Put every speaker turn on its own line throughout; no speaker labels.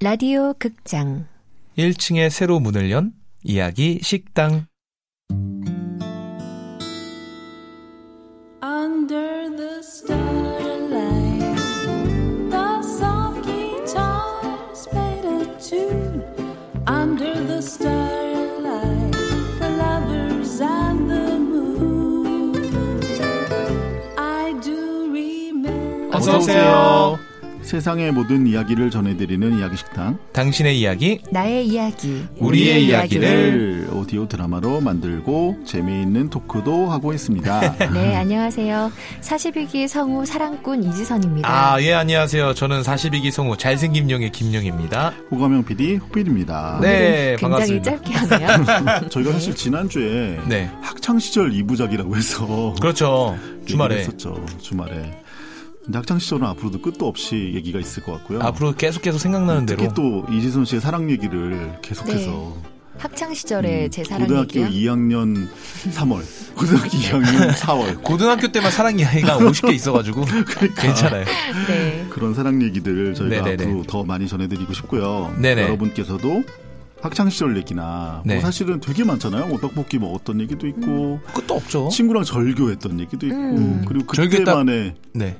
라디오 극장
1층에 새로 문을 연 이야기 식당.
Under the starlight, the soft guitars played a tune. Under the starlight, the lovers and the moon. I do remember.
어서 오세요.
세상의 모든 이야기를 전해드리는 이야기 식당
당신의 이야기,
나의 이야기 네,
우리의 이야기를.
을 오디오 드라마로 만들고 재미있는 토크도 하고 있습니다.
네 안녕하세요 42기 성우 사랑꾼 이지선입니다
아, 예, 안녕하세요. 저는 42기 성우 잘생김용의 김용입니다.
호감형 PD 호필입니다.
네.
오늘은 굉장히
반갑습니다.
짧게 하네요
저희가 사실 지난주에
네.
학창 시절 이부작이라고 해서
그렇죠. 주말에.
했었죠. 주말에. 근데 학창 시절은 앞으로도 끝도 없이 얘기가 있을 것 같고요.
앞으로 계속 계속 생각나는
특히
대로.
또 이지선 씨의 사랑 얘기를 계속해서
네.
학창
음,
시절의 제 사랑
고등학교
얘기요
2학년 3월, 고등학교 2학년 4월
고등학교 때만 사랑 이야기가 50개 있어가지고. 괜찮아요.
네.
그런 사랑 얘기들 저희가
네네네.
앞으로 더 많이 전해드리고 싶고요.
네네.
여러분께서도 학창 시절 얘기나 뭐
네.
사실은 되게 많잖아요. 뭐 떡볶이 먹었던 얘기도 있고
끝도 없죠.
친구랑 절교했던 얘기도 있고
음.
그리고
절교했다-
그때만에
네.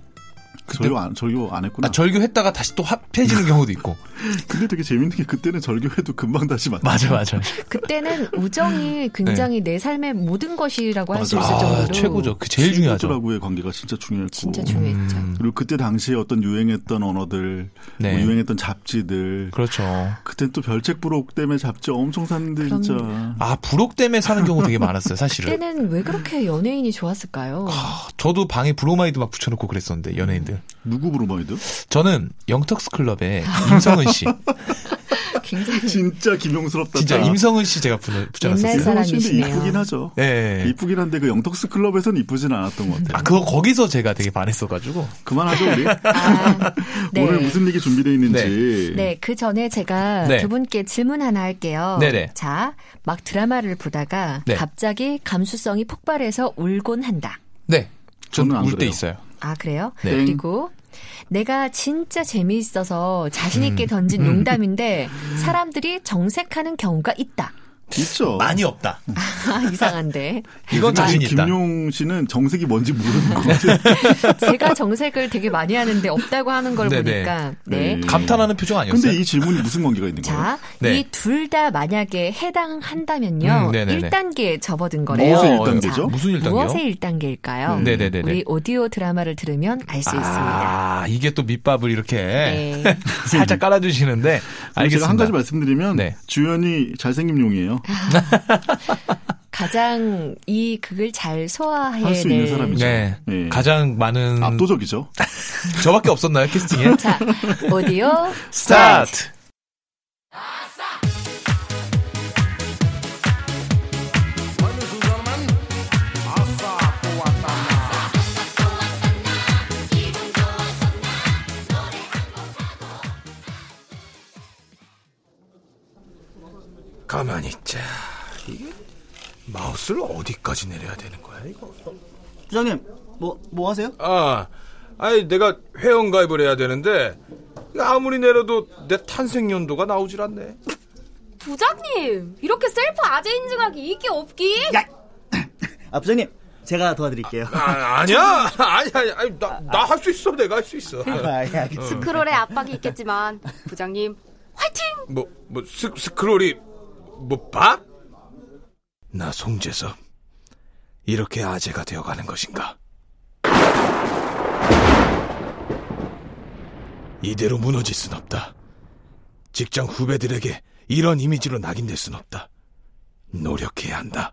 절교 안 절교 안 했구나.
아, 절교했다가 다시 또 합해지는 경우도 있고.
근데 되게 재밌는 게 그때는 절교해도 금방 다시 만.
맞아, 맞아.
그때는 우정이 굉장히 내 삶의 모든 것이라고 할 수
맞아.
있을 정도로
네. 아, 최고죠. 그 제일 중요하죠.
친구들하고의 관계가 진짜 중요했고. 음.
진짜 중요했죠
음.
그리고 그때 당시에 어떤 유행했던 언어들,
네.
뭐 유행했던 잡지들.
그렇죠.
그땐 또 별책부록 때문에 잡지 엄청 샀는데 진짜.
아, 부록 때문에 사는 경우 되게 많았어요, 사실은.
그때는 왜 그렇게 연예인이 좋았을까요
아. 저도 방에 브로마이드 막 붙여놓고 그랬었는데, 연예인들.
누구 브로마이드?
저는 영턱스 클럽의 임성은 씨.
굉장히
진짜 김용스럽다.
진짜
다.
임성은 씨 제가 붙여- 붙여놨어요.
옛날
었
근데
사람이시네요.
이쁘긴 하죠.
네.
이쁘긴 한데 그 영턱스 클럽에선 이쁘진 않았던 것 같아요.
아, 그거 거기서 제가 되게 반했어가지고.
그만하죠 우리.
아, 네.
오늘 무슨 얘기 준비되어 있는지.
네, 그 전에 제가
예. 네.
두 분께 질문 하나 할게요.
네네.
자, 막 드라마를 보다가
네.
갑자기 감수성이 폭발해서 울곤 한다.
네.
저는 안
저는 울 때
그래요.
있어요.
아, 그래요?
네.
그리고 내가 진짜 재미있어서
음.
자신있게 던진 농담인데 사람들이 정색하는 경우가 있다.
있죠.
많이 없다.
음.
아, 이상한데.
이건 자신 있다.
김용 씨는 정색이 뭔지 모르는 것 같아요.
제가 정색을 되게 많이 하는데 없다고 하는 걸
네네.
보니까. 네.
네.
감탄하는 표정 아니었어요?
근데 이 질문이 무슨 관계가 있는 거예요?
자,
네.
이 둘 다 만약에 해당한다면요.
음, 네네네.
1단계에 접어든 거래요.
어,
무엇의 1단계죠?
무슨 일단계요
무엇의 1단계일까요?
음. 네네네네.
우리 오디오 드라마를 들으면 알 수 있습니다.
아, 이게 또 밑밥을 이렇게
네.
살짝 깔아주시는데. 알겠습니다.
제가 한 가지 말씀드리면
네.
주연이 잘생김 용이에요.
가장 이 극을 잘
할
소화해낼
수 있는 사람이죠. 아,
네.
네.
가장 많은.
압도적이죠.
저밖에 없었나요, 캐스팅에?
자, 오디오
스타트!
가만히 있자. 이게 마우스를 어디까지 내려야 되는 거야, 이거?
부장님, 뭐, 뭐 하세요?
아, 아니 내가 회원가입을 해야 되는데 이거 아무리 내려도 내 탄생연도가 나오질 않네.
부장님 이렇게 셀프 아재 인증하기 이게 없기?
아, 부장님, 제가 도와드릴게요.
아, 아니야, 아니야, 아니, 나나 할 수 있어, 내가 할 수 있어.
아, 예, 알겠습니다.
스크롤의 압박이 있겠지만 부장님 화이팅!
뭐, 뭐 스, 스크롤이 뭐 밥? 나 송재섭 이렇게 아재가 되어가는 것인가? 이대로 무너질 순 없다. 직장 후배들에게 이런 이미지로 낙인될 순 없다. 노력해야 한다.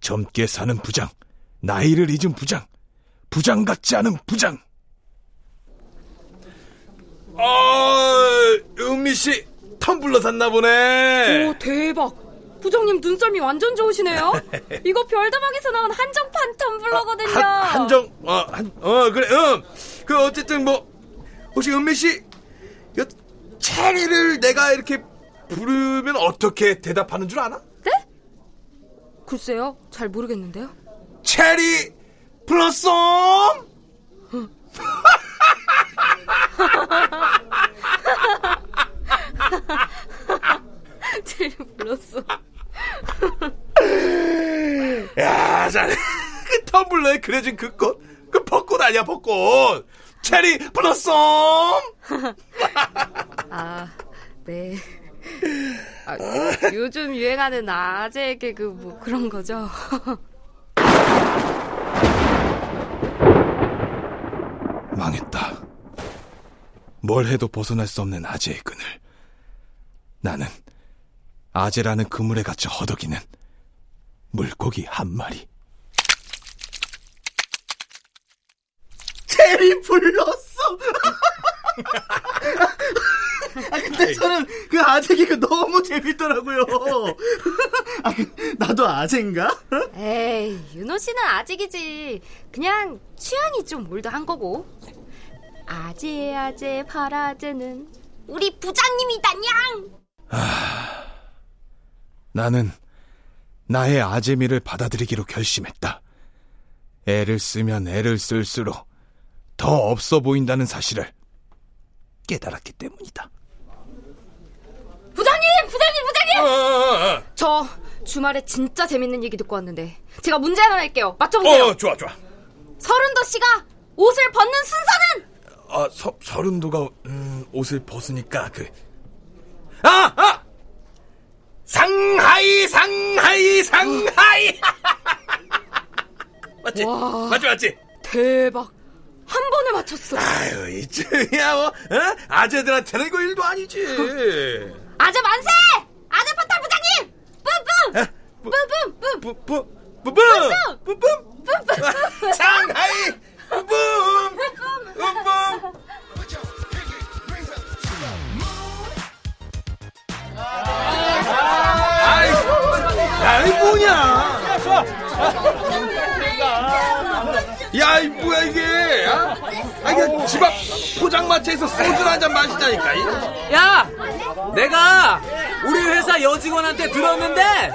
젊게 사는 부장, 나이를 잊은 부장, 부장 같지 않은 부장. 아, 은미 씨 텀블러 샀나 보네.
오 대박 부장님 눈썰미 완전 좋으시네요 이거 별다방에서 나온 한정판 텀블러거든요
한, 한정 어, 한, 어 그래 음그 어쨌든 뭐 혹시 은미 씨 이 체리를 내가 이렇게 부르면 어떻게 대답하는 줄 아나?
글쎄요 잘 모르겠는데요
체리 플러스
불렀어.
야, 잘해. 그 텀블러에 그려진 그 꽃. 그 벚꽃 아니야, 벚꽃. 체리 블러썸.
아, 네. 아, 요즘 유행하는 아재에게 그 뭐 그런 거죠.
망했다. 뭘 해도 벗어날 수 없는 아재의 끈을. 나는 아재라는 그물에 갇혀 허덕이는 물고기 한 마리.
체리 불렀어. 아 근데 저는 그 아재 개그 너무 재밌더라고요. 아 그- 나도 아재인가?
에이, 윤호 씨는 아직이지. 그냥 취향이 좀 올드한 거고. 아재, 아재, 바라제는 우리 부장님이다, 냥!
나는 나의 아재미를 받아들이기로 결심했다. 애를 쓰면 애를 쓸수록 더 없어 보인다는 사실을 깨달았기 때문이다.
부장님! 부장님!
어,
부장님! 저 주말에 진짜 재밌는 얘기 듣고 왔는데 제가 문제 하나 낼게요. 맞춰보세요.
어, 좋아, 좋아.
서른도 씨가 옷을 벗는 순서는?
아, 서, 서른도가 음, 옷을 벗으니까 그 아, 아! 상하이, 상하이, 상하이. 맞지? 맞지, 맞지?
대박. 한 번에 맞췄어.
아유, 이쯤이야 뭐, 어? 아재들한테는 이거 일도 아니지.
아재 만세! 아재 포탈 부장님! 뿜뿜! 뿜뿜! 뿜!
뿌뿌 뿌뿜 뿌뿜 뿌뿜 상하이 음. 뿌뿜 뿌뿜 아이 아이 뭐냐 야이 뭐야 이게 아? 아니 그냥 집앞 포장마차에서 소주 한잔 마시자니까 이.
야! 내가 우리 회사 여직원한테 들었는데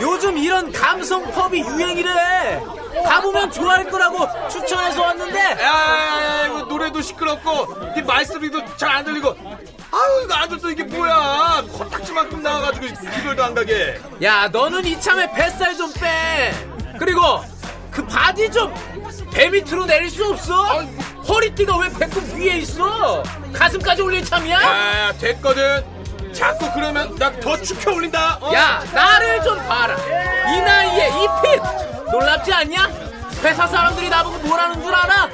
요즘 이런 감성 펍이 유행이래. 가보면 좋아할 거라고 추천해서 왔는데
야야야 이거 노래도 시끄럽고 네 말소리도 잘 안 들리고 아유 이거 아들도 이게 뭐야 코딱지만큼 나와가지고 이별도 안 가게
야 너는 이참에 뱃살 좀 빼. 그리고 그 바디 좀 배 밑으로 내릴 수 없어? 허리띠가 왜 배꼽 위에 있어? 가슴까지 올릴 참이야?
야 아, 됐거든 자꾸 그러면 나 더 축혀 올린다 어?
야 나를 좀 봐라 이 나이에 이핏 놀랍지 않냐? 회사 사람들이 나보고 뭐라는 줄 알아?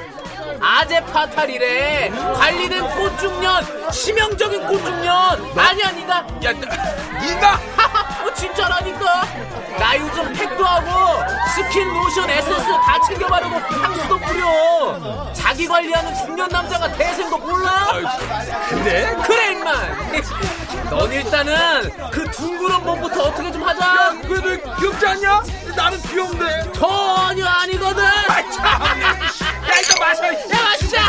아재 파탈이래 관리된 꽃중년 치명적인 꽃중년 아니야 니가
야 나- 네가
어, 진짜라니까 나 요즘 팩도 하고 스킨 로션 에센스 다 챙겨 바르고 향수도 뿌려 자기 관리하는 중년 남자가 대세인 거 몰라?
그래?
그래 임마 넌 일단은 그 둥그런 몸부터 어떻게 좀 하자
야 그래도 귀엽지 않냐? 나는 귀여운데
전혀 아니거든. 야
야 이거 마셔 이
마시자.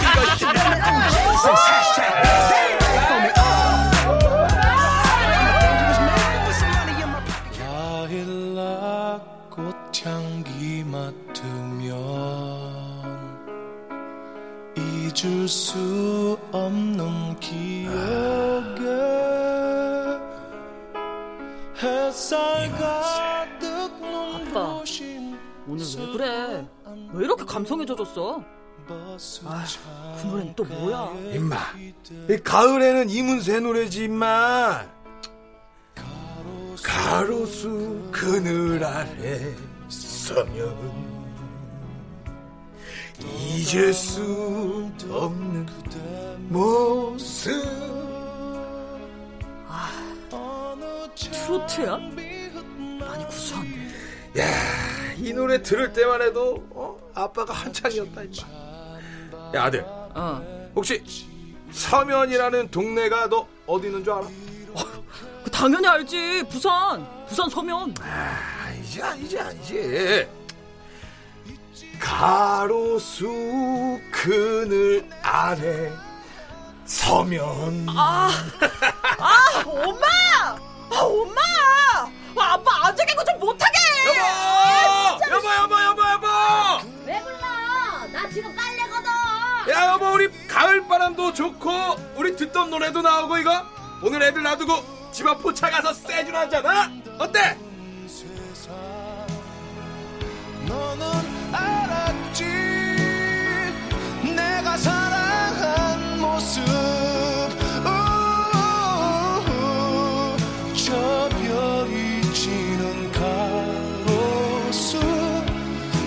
라일락 꽃향기 맡으면 잊을 수 없는 기억에 햇살 가득 눈부신
오늘 왜 그래? 왜 이렇게 감성에 젖었어? 그 노래는 또 뭐야?
임마 이 가을에는 이문세 노래지 임마 가로수 그늘 아래 서면 잊을 수 없는 모습
트로트야? 많이 구수한데.
이 노래 들을 때만 해도 어? 아빠가 한창이었다 임마 야 아들
어.
혹시 서면이라는 동네가 너 어디 있는 줄 알아?
그 당연히 알지. 부산. 부산 서면.
아니지 아니지 아니지 가로수 그늘 아래 서면
아,
엄마! 아, 엄마! 아, 아빠 아재 개그 좀 못하게!
여보 여보 여보 여보
왜 불러? 나 지금 빨래거든.
야 여보 우리 가을바람도 좋고 우리 듣던 노래도 나오고 이거 오늘 애들 놔두고
집 앞 포차가서 세준 하잖아. 어때?
너는 알았지 내가 사랑한 모습 우, 저 별이 지는 가로수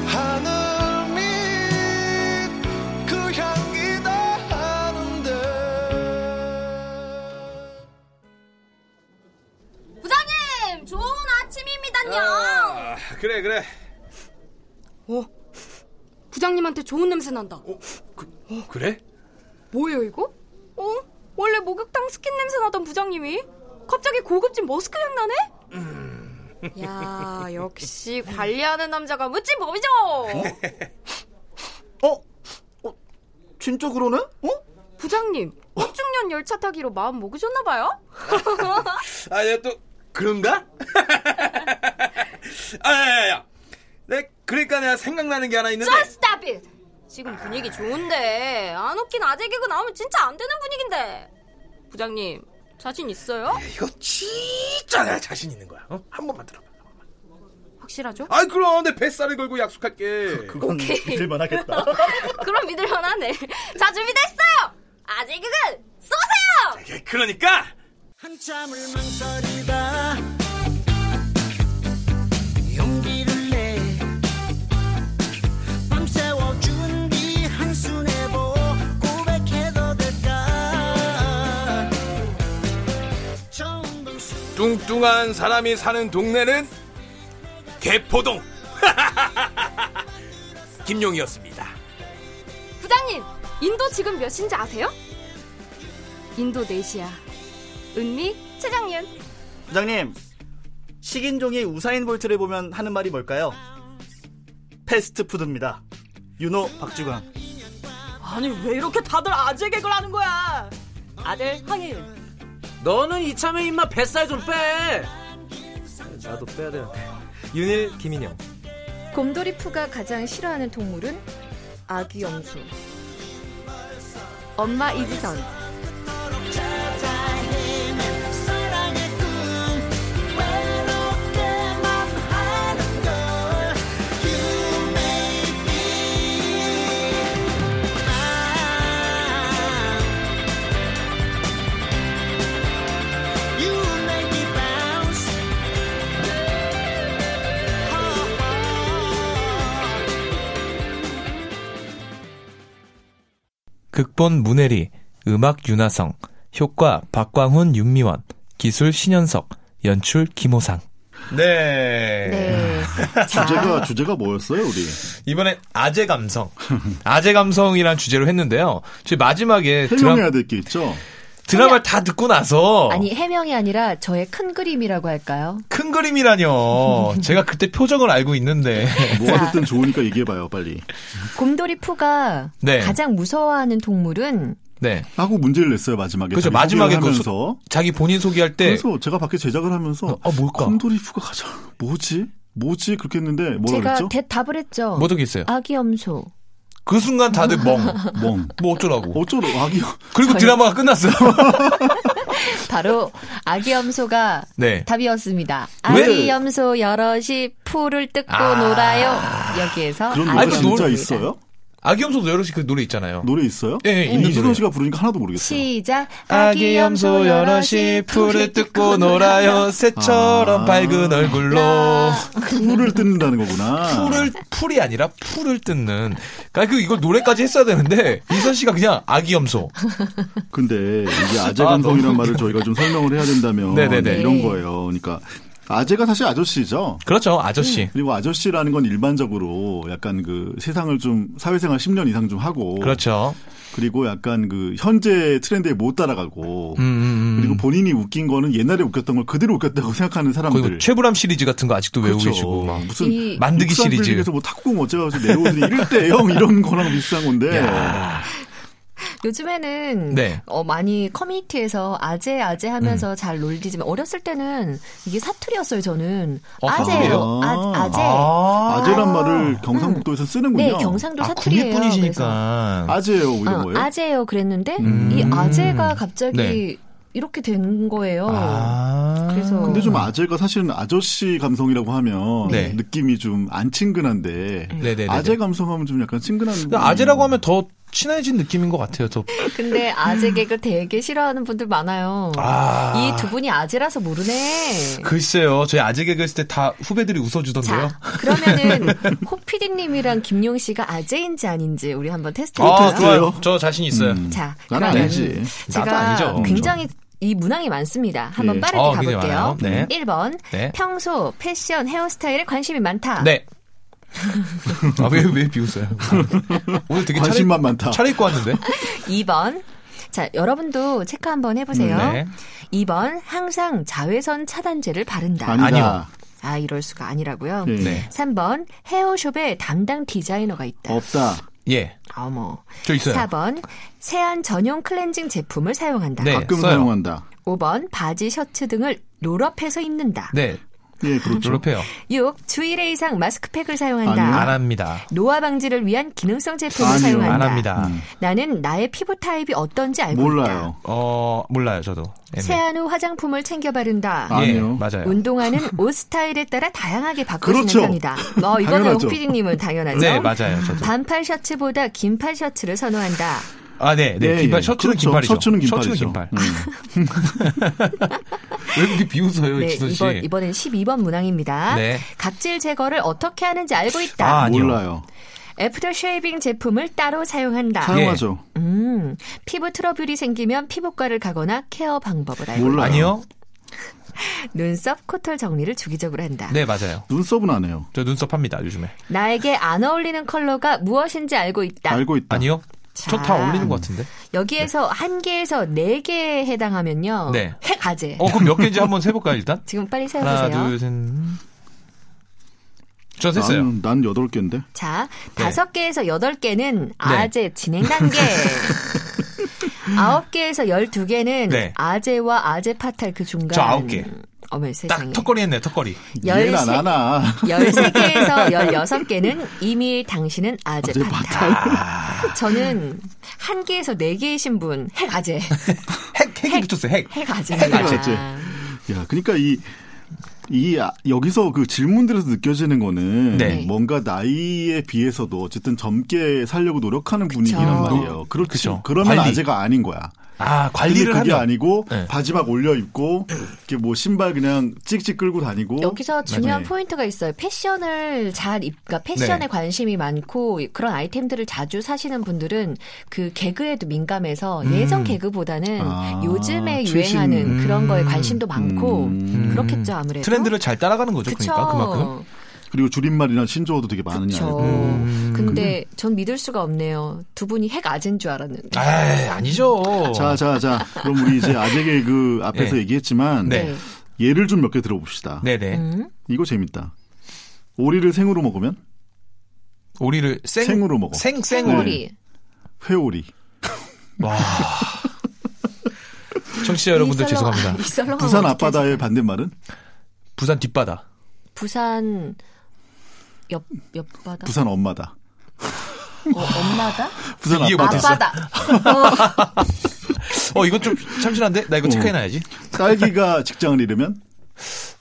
하늘 밑 그 향기 다 하는데
부장님, 좋은 아침입니다요.
아, 그래 그래.
어? 부장님한테 좋은 냄새 난다.
어?
어?
그래?
뭐예요 이거? 어? 원래 목욕탕 스킨 냄새 나던 부장님이 갑자기 고급진 머스크 향 나네?
음.
야 역시 관리하는 남자가 묻지 몸이죠.
어? 어? 진짜 그러네? 어?
부장님 꽃중년 열차 타기로 마음 먹으셨나 봐요?
아, 내가 또 그런가? 아, 야, 야, 야. 내 그러니까 내가 생각나는 게 하나 있는데.
Just 아, stop it. 지금 분위기 좋은데 안 웃긴 아재 개그 나오면 진짜 안 되는 분위기인데 부장님 자신 있어요?
이거 진짜 내가 자신 있는 거야. 어? 한 번만 들어봐.
확실하죠?
아, 그럼 내 뱃살을 걸고 약속할게.
그건 믿을만하겠다.
그럼 믿을만 하네. 자 준비됐어요. 아재 개그 쏘세요.
예, 그러니까
한참을 망설이다 용기를 내 밤새워 준비 한순 해보 고백해도 될까 처음 본 순간
뚱뚱한 사람이 사는 동네는 개포동. 김용이었습니다.
부장님, 인도 지금 몇 시인지 아세요? 인도 4시야. 은미, 최장윤.
부장님, 식인종이 우사인 볼트를 보면 하는 말이 뭘까요? 패스트푸드입니다. 윤호 박주광.
아니 왜 이렇게 다들 아재 개그를 하는 거야? 아들 황일
너는 이참에 임마 뱃살 좀 빼.
나도 빼야 되는데. 윤일, 김인영.
곰돌이푸가 가장 싫어하는 동물은 아기 염소. 엄마 이지선.
극본 문혜리, 음악 윤하성, 효과 박광훈, 윤미원, 기술 신현석, 연출 김호상.
네.
네.
주제가 주제가 뭐였어요, 우리?
이번엔 아재 감성. 아재 감성이란 주제로 했는데요. 저희 마지막에
해명해야
드라,
될 게 있죠.
드라마를 다 듣고 나서
아니 해명이 아니라 저의 큰 그림이라고 할까요?
큰 그림이라뇨. 제가 그때 표정을 알고 있는데.
뭐가 됐든 좋으니까 얘기해봐요, 빨리.
곰돌이푸가
네.
가장 무서워하는 동물은
네.
하고 문제를 냈어요 마지막에.
그렇죠.
자기
마지막에
소개를
그
하면서.
소- 자기 본인 소개할 때
그래서 제가 밖에 제작을 하면서
네. 아, 뭘까?
곰돌이프가 가장 뭐지? 뭐지? 그렇게 했는데 뭐라
제가
그랬죠?
대, 답을 했죠.
뭐 적이 있어요.
아기 염소.
그 순간 다들 멍.
멍.
뭐 어쩌라고.
어쩌러 아기
그리고 드라마가 끝났어요.
바로 아기 염소가
네.
답이었습니다.
왜?
아기 염소 여럿이 풀을 뜯고
아.
놀아요. 여기에서
그런
아기
노래
그
진짜
염소입니다.
있어요?
아기염소도 여럿이 그 노래 있잖아요.
노래 있어요?
예, 예, 있는
이준호
노래예요.
씨가 부르니까 하나도 모르겠어요.
시작.
아기 염소 여럿이 풀을 뜯고 놀아요. 새처럼
아.
밝은 얼굴로.
풀을 뜯는다는 거구나.
풀을 풀이 아니라 풀을 뜯는. 그러니까 그 이걸 노래까지 했어야 되는데 이선 씨가 그냥 아기 염소.
근데 이게 아재
아,
감성이란
너무
말을 저희가 좀 설명을 해야 된다면
네네네.
이런 거예요. 그러니까 아재가 사실 아저씨죠.
그렇죠
음.
아저씨.
그리고 아저씨라는 건 일반적으로 약간 그 세상을 좀 사회생활 10년 이상 좀 하고
그렇죠.
그리고 약간 그 현재 트렌드에 못 따라가고
음, 음, 음.
그리고 본인이 웃긴 거는 옛날에 웃겼던 걸 그대로 웃겼다고 생각하는
거의 뭐
사람들. 그렇죠.
최불암 시리즈 같은 거 아직도 외우고 계시고 막.
무슨
이-
만드기 시리즈.
에서 뭐 탁구공 어째가지고 내려오더니 1대0 이런 거랑 비슷한 건데.
야.
요즘에는
네.
어, 많이 커뮤니티에서 아재 아재
음.
하면서 잘 놀리지만 어렸을 때는 이게 사투리였어요. 저는
어,
아재예요.
사투리예요?
아, 아재.
아재란 말을 경상북도에서 쓰는군요.
음. 네, 경상도 아,
아,
사투리예요.
뭐 국립분이시니까.
아재예요, 오히려 뭐예요?
아재예요. 그랬는데 이 아재가 갑자기
음. 네. 아.
이렇게 된 거예요. 그래서
아. 근데 좀 아재가 사실은 아저씨 감성이라고 하면
네. 음.
느낌이 좀 안 친근한데
네네네네.
아재 감성하면 좀 약간 친근한
근데 아재라고 하면 더 친해진 느낌인 것 같아요. 더
근데 아재 개그 되게 싫어하는 분들 많아요.
아.
이 두 분이 아재라서 모르네.
글쎄요. 저희 아재 개그 했을 때 다 후배들이 웃어주던데요.
그러면은 호피디님이랑 김용 씨가 아재인지 아닌지 우리 한번 테스트
아,
해볼까요?
좋아요. 저 자신 있어요.
음.
자,
난
그러면
아니지. 나도
제가
아니죠.
굉장히 이 문항이 많습니다. 한번
예.
빠르게
어, 굉장히
가볼게요.
많아요. 네.
1번
네.
평소 패션 헤어스타일에 관심이 많다.
네. 아, 왜, 왜 비웃어요? 아, 오늘 되게
관심만
차려,
많다.
차려입고 왔는데?
2번 자 여러분도 체크 한번 해보세요.
네.
2번 항상 자외선 차단제를
음,
바른다.
아니다. 아니요.
아 이럴 수가 아니라고요.
예. 네.
3번 헤어숍에 담당 디자이너가 있다.
없다.
예.
어머.
저 있어요.
4번 세안 전용 클렌징 제품을 사용한다.
네, 가끔 써요. 사용한다.
5번 바지 셔츠 등을 롤업해서 입는다.
네.
예,
그렇죠. 졸업해요.
6. 주일에 이상 마스크팩을 사용한다.
안 합니다.
노화 방지를 위한 기능성 제품을 사용한다.
안 합니다.
나는 나의 피부 타입이 어떤지 알고 있다.
어, 몰라요, 저도. 예, 네.
세안 후 화장품을 챙겨 바른다.
예, 맞아요.
운동화는 옷 스타일에 따라 다양하게 바꾸시는
그렇죠.
편이다. 어, 이거는
당연하죠.
오피디님은 당연하죠.
네, 맞아요, 저도.
반팔 셔츠보다 긴팔 셔츠를 선호한다.
아, 네, 네.
예,
긴팔,
예.
셔츠는
그렇죠.
긴팔이죠. 음.
셔츠는 긴팔이죠. 음.
긴팔. 왜 그렇게 비웃어요,
네,
지선 씨?
이번, 이번엔 12번 문항입니다.
네.
각질 제거를 어떻게 하는지 알고 있다.
아, 아니요.
애프터 쉐이빙 제품을 따로 사용한다.
사용하죠.
음, 피부 트러블이 생기면 피부과를 가거나 케어 방법을 알고 있다.
아니요.
눈썹, 코털 정리를 주기적으로 한다.
네, 맞아요.
예.
눈썹은 안 해요.
저 눈썹 합니다, 요즘에.
나에게 안 어울리는 컬러가 무엇인지 알고 있다.
있다.
아니요.
자.
저 다 어울리는 것 같은데.
여기에서 한 개에서 네 개에 해당하면요.
네.
핵아재.
어, 그럼 몇 개인지 한번 세볼까요, 일단?
지금 빨리 세워보세요.
하나, 둘, 셋. 음. 저 셌어요.
난, 난 8개인데.
자,
네.
다섯 개에서 여덟 개는 아재 진행 단계. 아홉 개에서 열두 개는
네.
아재와 아재 파탈 그 중간.
저 아홉 개.
어머 세상에.
턱걸이 했네, 턱걸이.
열 이해가 안 세-
하나.
열세 개에서 열여섯 개는 이미 당신은 아재 파탈. 저는 한 개에서 네 개이신 분 핵아재.
핵 핵이 붙었어요. 핵.
핵아재.
아재. 야, 그러니까 이, 이, 아- 여기서 그 질문들에서 느껴지는 거는
네.
뭔가 나이에 비해서도 어쨌든 젊게 살려고 노력하는 분위기란 말이에요. 그렇죠. 그러면
관리.
아재가 아닌 거야.
아, 관리를
근데 그게
하면. 네.
아니고 바지 막 올려 입고 이렇게 뭐 신발 그냥 찍찍 끌고
어?
다니고
여기서 중요한
네.
포인트가 있어요. 패션을 잘 입, 그러니까 패션에
네.
관심이 많고 그런 아이템들을 자주 사시는 분들은 그 개그에도 민감해서 예전 개그보다는 요즘에
음. 아, 최신. 음.
유행하는 그런 거에 관심도 많고 그렇겠죠 아무래도.
트렌드를 잘 따라가는 거죠,
그쵸.
그러니까 그만큼.
그리고 줄임말이나 신조어도 되게 많으냐.
그쵸.
음.
근데 전 믿을 수가 없네요. 두 분이 핵 아재인 줄 알았는데.
아니죠.
자, 자, 자. 그럼 우리 이제 아재계 그 앞에서
네.
얘기했지만
네.
예를 좀 몇 개 들어봅시다.
네, 네.
이거 재밌다. 오리를 생으로 먹으면
오리를 생,
생으로 먹어.
생,
네. 회오리.
청취자 여러분들
이 썰렁-
죄송합니다.
이 썰렁한
부산
어떡해.
앞바다의 반대말은
부산 뒷바다.
부산 옆 옆바다.
부산 엄마다.
어, 엄마다.
부산
이해
앞바다.
못했어.
어,
어, 이건 좀 참신한데? 나 이거
어.
체크해놔야지.
딸기가 직장을 잃으면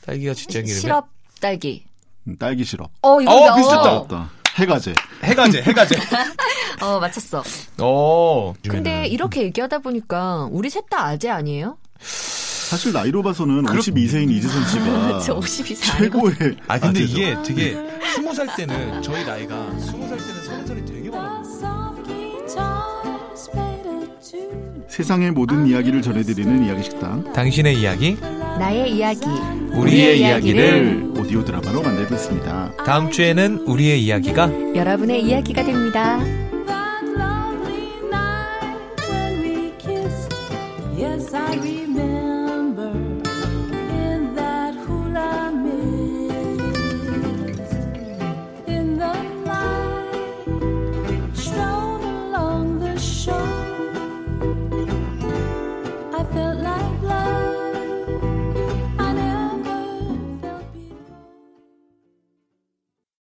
딸기가 직장 이름이.
시럽 딸기.
음, 딸기 시럽.
어, 이거 어, 비슷했다.
해가제.
해가제, 해가제.
어 맞췄어.
어.
근데 이렇게 얘기하다 보니까 우리 셋 다 아재 아니에요?
사실 나이로 봐서는 52세인 이지선 씨가
저 52세 아니고
최고의
아, 근데
아재죠.
그렇죠. 이게 되게 스무 살 때는 저희 나이가 스무 살 때는 서른살이 되게 많아.
세상의
아.
모든 이야기를 전해드리는 이야기 식당.
당신의 이야기,
나의 이야기.
우리의 이야기를
오디오 드라마로 만들고 있습니다.
다음 주에는 우리의 이야기가
여러분의 이야기가 됩니다.
Yes, I remember.